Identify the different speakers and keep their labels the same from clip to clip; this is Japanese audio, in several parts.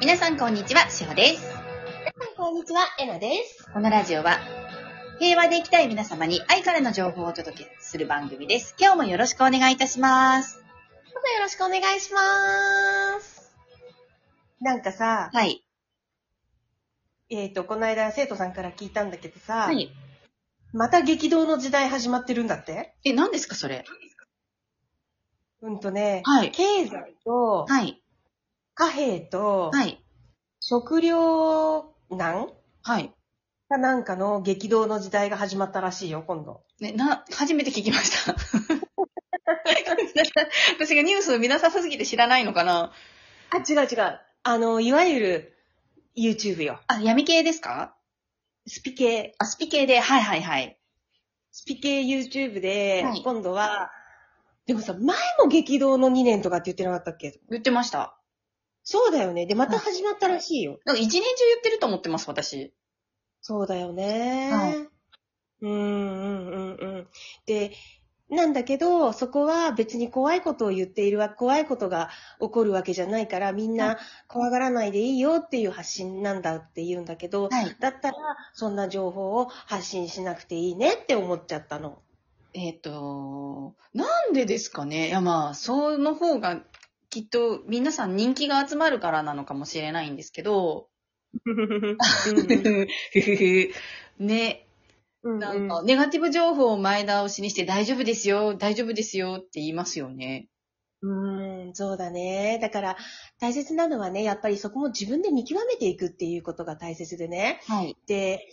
Speaker 1: 皆さんこんにちは、しほです。
Speaker 2: こんにちは、えなです。
Speaker 1: このラジオは、平和で生きたい皆様に愛からの情報をお届けする番組です。今日もよろしくお願いいたします。
Speaker 2: またよろしくお願いしまーす。なんかさ、
Speaker 1: はい。
Speaker 2: えっ、と、この間生徒さんから聞いたんだけどさ、
Speaker 1: はい。
Speaker 2: また激動の時代始まってるんだって
Speaker 1: え、何ですか、それ。
Speaker 2: うんとね、
Speaker 1: はい
Speaker 2: 経済と、
Speaker 1: はい。
Speaker 2: 貨幣と、
Speaker 1: はい。
Speaker 2: 食料難
Speaker 1: はい。
Speaker 2: かなんかの激動の時代が始まったらしいよ、今度。
Speaker 1: ね、な、初めて聞きました。 私がニュースを見なさすぎて知らないのかな。
Speaker 2: あ、違う違う。あの、いわゆる、YouTube よ。
Speaker 1: あ、闇系ですか
Speaker 2: スピ系。
Speaker 1: あ、スピ系で、はいはいはい。
Speaker 2: スピ系 YouTube で、
Speaker 1: はい
Speaker 2: 今度は、でもさ、前も激動の2年とかって言ってなかったっけ
Speaker 1: 言ってました。
Speaker 2: そうだよね。で、また始まったらしいよ。
Speaker 1: なんか一年中言ってると思ってます、私。
Speaker 2: そうだよね。
Speaker 1: はい
Speaker 2: うんうんうんうん。で、なんだけど、そこは別に怖いことを言っているわ、怖いことが起こるわけじゃないから、みん
Speaker 1: はい
Speaker 2: な怖がらないでいいよっていう発信なんだって言うんだけど、
Speaker 1: はい。
Speaker 2: だったら、そんな情報を発信しなくていいねって思っちゃった の。
Speaker 1: えっ、と、なんでですかねいやまあ、その方がきっと皆さん人気が集まるからなのかもしれないんですけど、ね、なんか、ネガティブ情報を前倒しにして大丈夫ですよ、大丈夫ですよって言いますよね。
Speaker 2: うーん、そうだね。だから、大切なのはね、やっぱりそこも自分で見極めていくっていうことが大切でね。
Speaker 1: はい。
Speaker 2: で、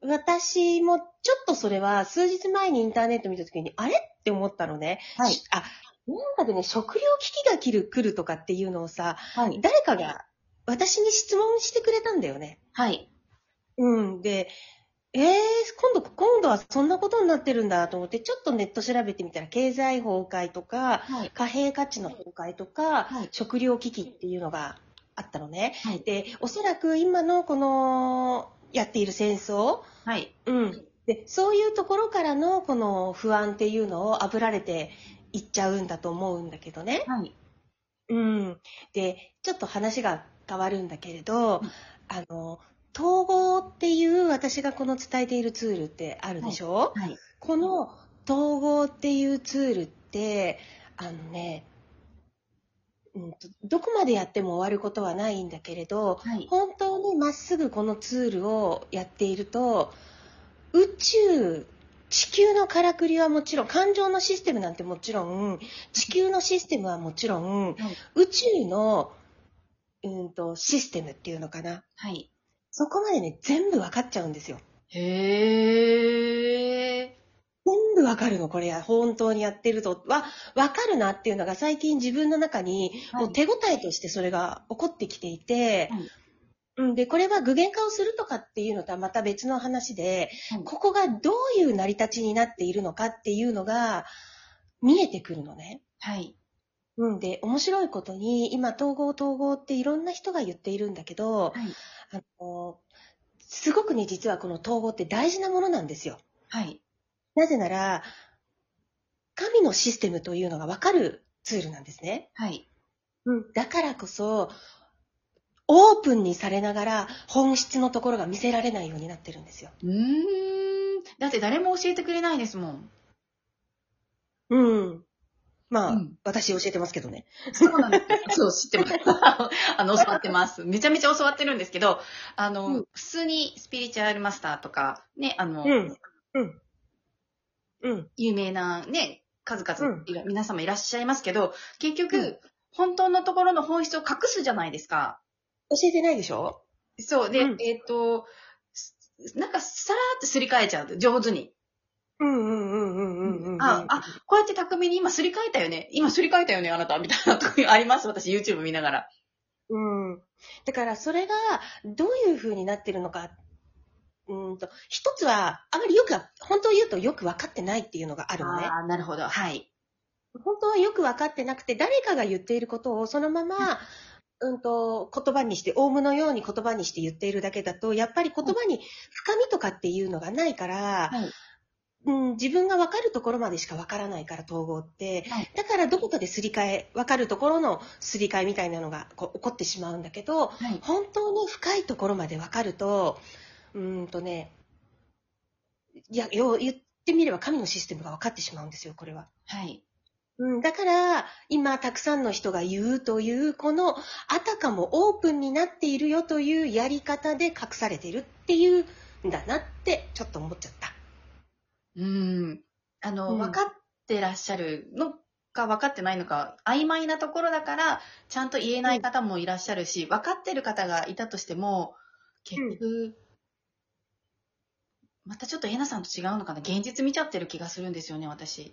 Speaker 2: 私もちょっとそれは数日前にインターネット見た時に、あれって思ったのね。
Speaker 1: はい
Speaker 2: し。あ、なんかでね、食料危機が来る、来るとかっていうのをさ、
Speaker 1: はい。
Speaker 2: 誰かが私に質問してくれたんだよね。
Speaker 1: はい。
Speaker 2: うん。で、えー、今度、今度はそんなことになってるんだと思って、ちょっとネット調べてみたら、経済崩壊とか、
Speaker 1: はい。
Speaker 2: 貨幣価値の崩壊とか、
Speaker 1: はい
Speaker 2: 食料危機っていうのがあったのね。
Speaker 1: はい。
Speaker 2: で、おそらく今のこのやっている戦争、
Speaker 1: はい。
Speaker 2: うん。で、そういうところからのこの不安っていうのをあぶられていっちゃうんだと思うんだけどね。
Speaker 1: はい。
Speaker 2: うん。で、ちょっと話が変わるんだけれど、あの、統合っていう私がこの伝えているツールってあるでしょ、
Speaker 1: はい。
Speaker 2: この統合っていうツールって、あのね、うんと、どこまでやっても終わることはないんだけれど、
Speaker 1: はい。
Speaker 2: 本当にまっすぐこのツールをやっていると、宇宙、地球のからくりはもちろん、感情のシステムなんてもちろん、地球のシステムはもちろん、
Speaker 1: はい
Speaker 2: 宇宙の、うんと、システムっていうのかな。
Speaker 1: はい。
Speaker 2: そこまでね、全部わかっちゃうんですよ。
Speaker 1: へー。
Speaker 2: 全部わかるの、これや。本当にやってると。わ、わかるなっていうのが最近自分の中に、
Speaker 1: はい
Speaker 2: こう手応えとしてそれが起こってきていて、
Speaker 1: はい
Speaker 2: うん、で、これは具現化をするとかっていうのとはまた別の話で、
Speaker 1: はい
Speaker 2: ここがどういう成り立ちになっているのかっていうのが見えてくるのね。
Speaker 1: はい。
Speaker 2: うん、で、面白いことに、今、統合統合っていろんな人が言っているんだけ
Speaker 1: はい
Speaker 2: ど、あの、すごくね、実はこの統合って大事なものなんですよ。
Speaker 1: はい。
Speaker 2: なぜなら、神のシステムというのがわかるツールなんですね。
Speaker 1: はい。
Speaker 2: だからこそ、オープンにされながら本質のところが見せられないようになってるんですよ。
Speaker 1: うーん。だって誰も教えてくれないですもん。
Speaker 2: うん。まあ、
Speaker 1: うん
Speaker 2: 私教えてますけどね。
Speaker 1: そうなんです よ。そう、知ってます。 あの、教わってます。めちゃめちゃ教わってるんですけど、あの、
Speaker 2: うん
Speaker 1: 普通にスピリチュアルマスターとか、ね、あの、
Speaker 2: うん。うん。うん。
Speaker 1: 有名なね、数々、
Speaker 2: うん
Speaker 1: いら皆様いらっしゃいますけど、結局、
Speaker 2: うん
Speaker 1: 本当のところの本質を隠すじゃないですか。
Speaker 2: 教えてないでしょ
Speaker 1: そう。で、
Speaker 2: うん
Speaker 1: えっ、と、すなんかさらっとすり替えちゃう。上手に。
Speaker 2: うんうんうんうんうんうんうん。
Speaker 1: あ、あ、こうやって巧みに今すり替えたよね。今すり替えたよね、あなた。みたいなとこあります。私 YouTube 見ながら。
Speaker 2: うん。だからそれがどういう風になってるのか、うんと、一つはあまりよくは、本当を言うとよく分かってないっていうのがあるのね。
Speaker 1: あーなるほど。はい。
Speaker 2: 本当はよく分かってなくて、誰かが言っていることをそのまま、うんと、言葉にして、オウムのように言葉にして言っているだけだと、やっぱり言葉に深みとかっていうのがないから、
Speaker 1: はい
Speaker 2: うん、自分が分かるところまでしか分からないから、統合って。
Speaker 1: はい
Speaker 2: だからどこかですり替え、分かるところのすり替えみたいなのがこう起こってしまうんだけど、
Speaker 1: はい。
Speaker 2: 本当の深いところまで分かると、うーんとね、いや、よう言ってみれば神のシステムが分かってしまうんですよ、これは。
Speaker 1: はい。
Speaker 2: うん、だから、今、たくさんの人が言うという、この、あたかもオープンになっているよというやり方で隠されているっていうんだなって、ちょっと思っちゃった。
Speaker 1: うん。あの、
Speaker 2: うん
Speaker 1: 分かってらっしゃるのか分かってないのか、曖昧なところだから、ちゃんと言えない方もいらっしゃるし、分かってる方がいたとしても、結局、またちょっとえなさんと違うのかな現実見ちゃってる気がするんですよね、私。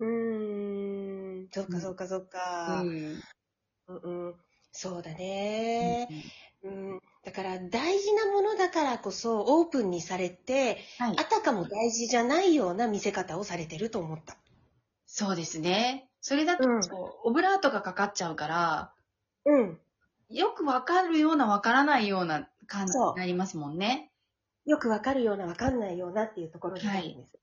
Speaker 2: うーん、そっ
Speaker 1: う
Speaker 2: か
Speaker 1: ん
Speaker 2: そっかそっ
Speaker 1: う
Speaker 2: か。
Speaker 1: ん。
Speaker 2: うんうん、そうだね、うん。だから、大事なものだからこそ、オープンにされて、
Speaker 1: はい
Speaker 2: あ。たかも大事じゃないような見せ方をされてると思った。
Speaker 1: そうですね。それだと、
Speaker 2: うん
Speaker 1: こうオブラートがかかっちゃうから、
Speaker 2: うん。
Speaker 1: よく分かるような分からないような感じ
Speaker 2: そう
Speaker 1: になりますもんね。
Speaker 2: よくわかるようなわかんないようなっていうところになるんです。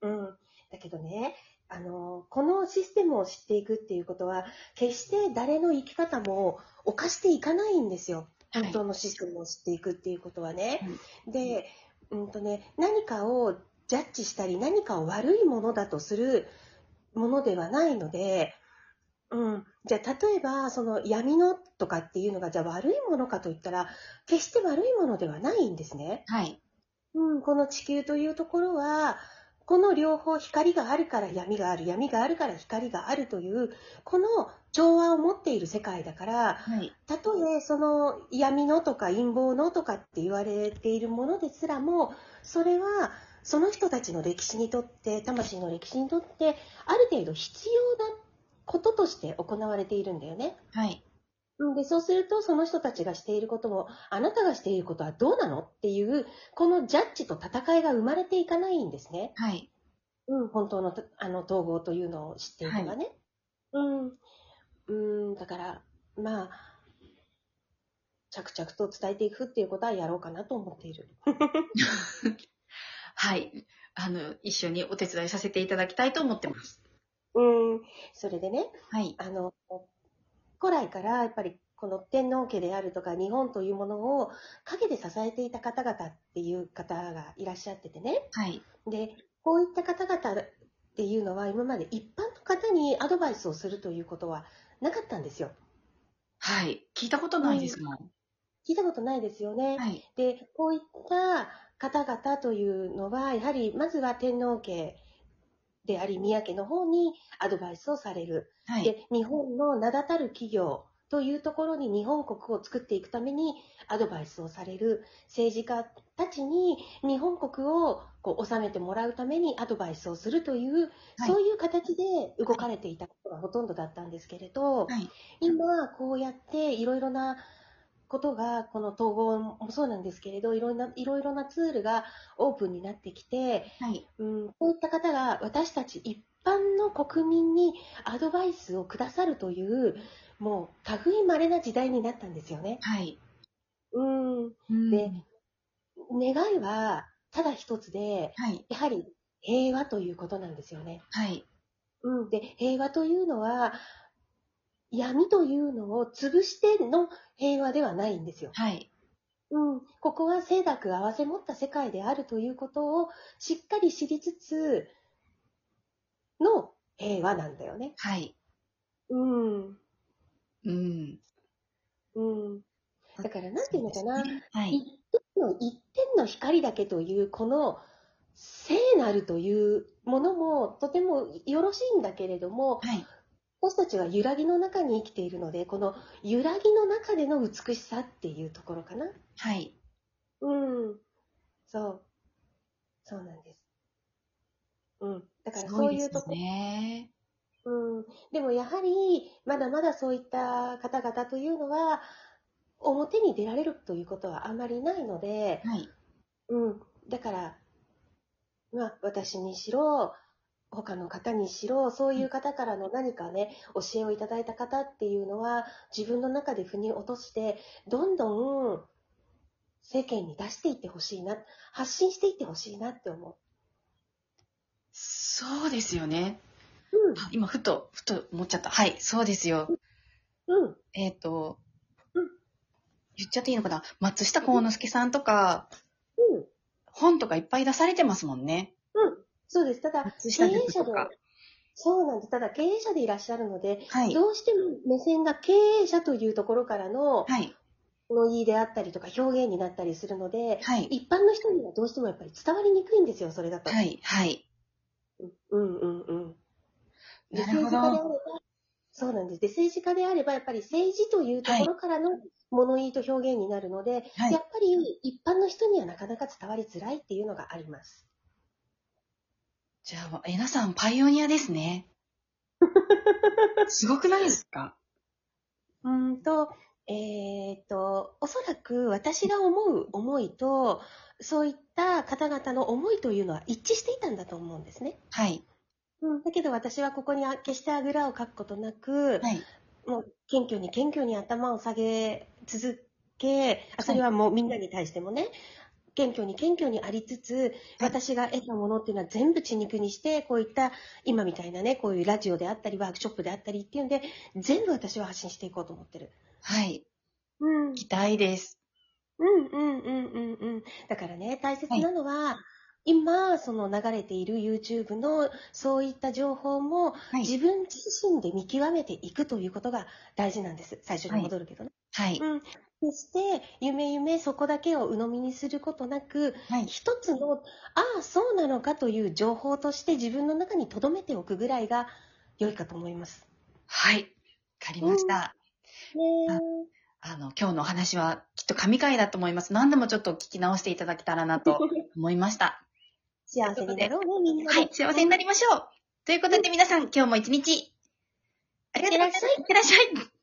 Speaker 2: うん。だけどね、あの、このシステムを知っていくっていうことは、決して誰の生き方も犯していかないんですよ。
Speaker 1: は
Speaker 2: 本当のシステムを知っていくっていうことはね。
Speaker 1: い
Speaker 2: で、うんとね、何かをジャッジしたり、何かを悪いものだとするものではないので、うん、じゃあ例えばその闇のとかっていうのがじゃあ悪いものかといったら決して悪いものではないんですね。
Speaker 1: はい。
Speaker 2: うん、この地球というところは、この両方光があるから闇がある、闇があるから光があるという、この調和を持っている世界だから、
Speaker 1: はい。
Speaker 2: たとえその闇のとか陰謀のとかって言われているものですらも、それはその人たちの歴史にとって、魂の歴史にとって、ある程度必要なこととして行われているんだよね。
Speaker 1: はい。
Speaker 2: うんで、そうすると、その人たちがしていることも、あなたがしていることはどうなのっていう、このジャッジと戦いが生まれていかないんですね。
Speaker 1: はい。
Speaker 2: うん、本当のとあの統合というのを知っていればね。うん。うん、だから、まあ、着々と伝えていくっていうことはやろうかなと思っている。
Speaker 1: はい。あの、一緒にお手伝いさせていただきたいと思ってます。
Speaker 2: うん。それでね、
Speaker 1: はい。
Speaker 2: あの、古来からやっぱりこの天皇家であるとか日本というものを陰で支えていた方々っていう方がいらっしゃっててね。
Speaker 1: はい。
Speaker 2: で、こういった方々っていうのは今まで一般の方にアドバイスをするということはなかったんですよ。
Speaker 1: はい。聞いたことないですもん。
Speaker 2: 聞いたことないですよね。
Speaker 1: はい。
Speaker 2: で、こういった方々というのは、やはりまずは天皇家であり宮家の方にアドバイスをされる。
Speaker 1: はい。
Speaker 2: で、日本の名だたる企業というところに日本国を作っていくためにアドバイスをされる政治家たちに日本国をこう治めてもらうためにアドバイスをするという、
Speaker 1: はい
Speaker 2: そういう形で動かれていたことがほとんどだったんですけれど、
Speaker 1: はい。
Speaker 2: 今こうやっていろいろなことがこの統合もそうなんですけれどいろんないろいろなツールがオープンになってきて、
Speaker 1: はい。
Speaker 2: うん、こういった方が私たち一般の国民にアドバイスをくださるという、もう類稀な時代になったんですよね。
Speaker 1: はい。
Speaker 2: うん、
Speaker 1: うん
Speaker 2: で願いはただ一つで、
Speaker 1: はい。
Speaker 2: やはり平和ということなんですよね。
Speaker 1: はい。
Speaker 2: うん、で、平和というのは、闇というのを潰しての平和ではないんですよ。
Speaker 1: はい。
Speaker 2: うん、ここは清濁合わせ持った世界であるということをしっかり知りつつの平和なんだよね。
Speaker 1: はい。
Speaker 2: うん。
Speaker 1: うん。
Speaker 2: うん。だからなんていうのかな、
Speaker 1: はい。
Speaker 2: の一点の光だけというこの聖なるというものもとてもよろしいんだけれども、
Speaker 1: はい。
Speaker 2: 私たちは揺らぎの中に生きているので、この揺らぎの中での美しさっていうところかな。
Speaker 1: はい。
Speaker 2: うん。そう。そうなんです。うん。だから
Speaker 1: す
Speaker 2: そ
Speaker 1: ご
Speaker 2: う
Speaker 1: い
Speaker 2: い
Speaker 1: で
Speaker 2: うと
Speaker 1: す
Speaker 2: こ、
Speaker 1: ね。
Speaker 2: うん。でもやはり、まだまだそういった方々というのは、表に出られるということはあまりないので、
Speaker 1: はい。
Speaker 2: うん。だから、まあ、私にしろ、他の方にしろ、そういう方からの何かね、教えをいただいた方っていうのは、自分の中で腑に落として、どんどん世間に出していってほしいな、発信していってほしいなって思
Speaker 1: そうですよね。
Speaker 2: うん
Speaker 1: あ今、ふと、ふと思っちゃった。はい、そうですよ。
Speaker 2: うん。
Speaker 1: えっ、と、
Speaker 2: うん
Speaker 1: 言っちゃっていいのかな松下幸之助さんとか、
Speaker 2: うん。
Speaker 1: 本とかいっぱい出されてますもんね。
Speaker 2: そうです。ただ、
Speaker 1: 松
Speaker 2: 経
Speaker 1: 下
Speaker 2: 営
Speaker 1: 塾
Speaker 2: 者
Speaker 1: と
Speaker 2: で
Speaker 1: か。、
Speaker 2: そうなんです。ただ、経営者でいらっしゃるので、
Speaker 1: はい。
Speaker 2: どうしても目線が経営者というところからの
Speaker 1: はい。
Speaker 2: 物言いであったりとか表現になったりするので、
Speaker 1: はい。
Speaker 2: 一般の人にはどうしてもやっぱり伝わりにくいんですよ、それだと。
Speaker 1: はい。はい。
Speaker 2: うんうんうん。で
Speaker 1: なるほ
Speaker 2: 政治家であれ
Speaker 1: ど。
Speaker 2: ば、そうなんです。で、政治家であれば、やっぱり政治というところからの物言いと表現になるので、
Speaker 1: はい
Speaker 2: やっぱり一般の人にはなかなか伝わりづらいっていうのがあります。
Speaker 1: じゃあ、えなさん、パイオニアです ね。すごくないですか
Speaker 2: うーんと、えーっと、おそらく私が思う思いと、そういった方々の思いというのは一致していたんだと思うんですね。
Speaker 1: はい。
Speaker 2: うん、だけど私はここにあ決してあぐらをかくことなく、
Speaker 1: はい。
Speaker 2: もう謙虚に謙虚に頭を下げ続け、あそれはもうみんなに対してもね、謙虚に謙虚にありつつ、私が得たものっていうのは全部血肉にして、こういった今みたいなね、こういうラジオであったり、ワークショップであったりっていうんで、全部私は発信していこうと思ってる。
Speaker 1: はい。
Speaker 2: うん
Speaker 1: 期待です。
Speaker 2: うんうんうんうんうん。だからね、大切なのは、今、その流れている YouTube のそういった情報も、
Speaker 1: は
Speaker 2: 自
Speaker 1: い。
Speaker 2: 分自身で見極めていくということが大事なんです。最初に戻るけどね。
Speaker 1: はい。
Speaker 2: うん。そして、夢夢そこだけを鵜呑みにすることなく、
Speaker 1: はい。
Speaker 2: 一つの、ああ、そうなのかという情報として自分の中に留めておくぐらいが良いかと思います。
Speaker 1: はい。わかりました。
Speaker 2: ね
Speaker 1: ああの、今日のお話はきっと神回だと思います。何度もちょっと聞き直していただけたらな と思いました。
Speaker 2: 幸せになろうね、みんなで。
Speaker 1: はい、幸せになりましょう。ということで皆さん、今日も一日、ありがとうございました。いってらっしゃい。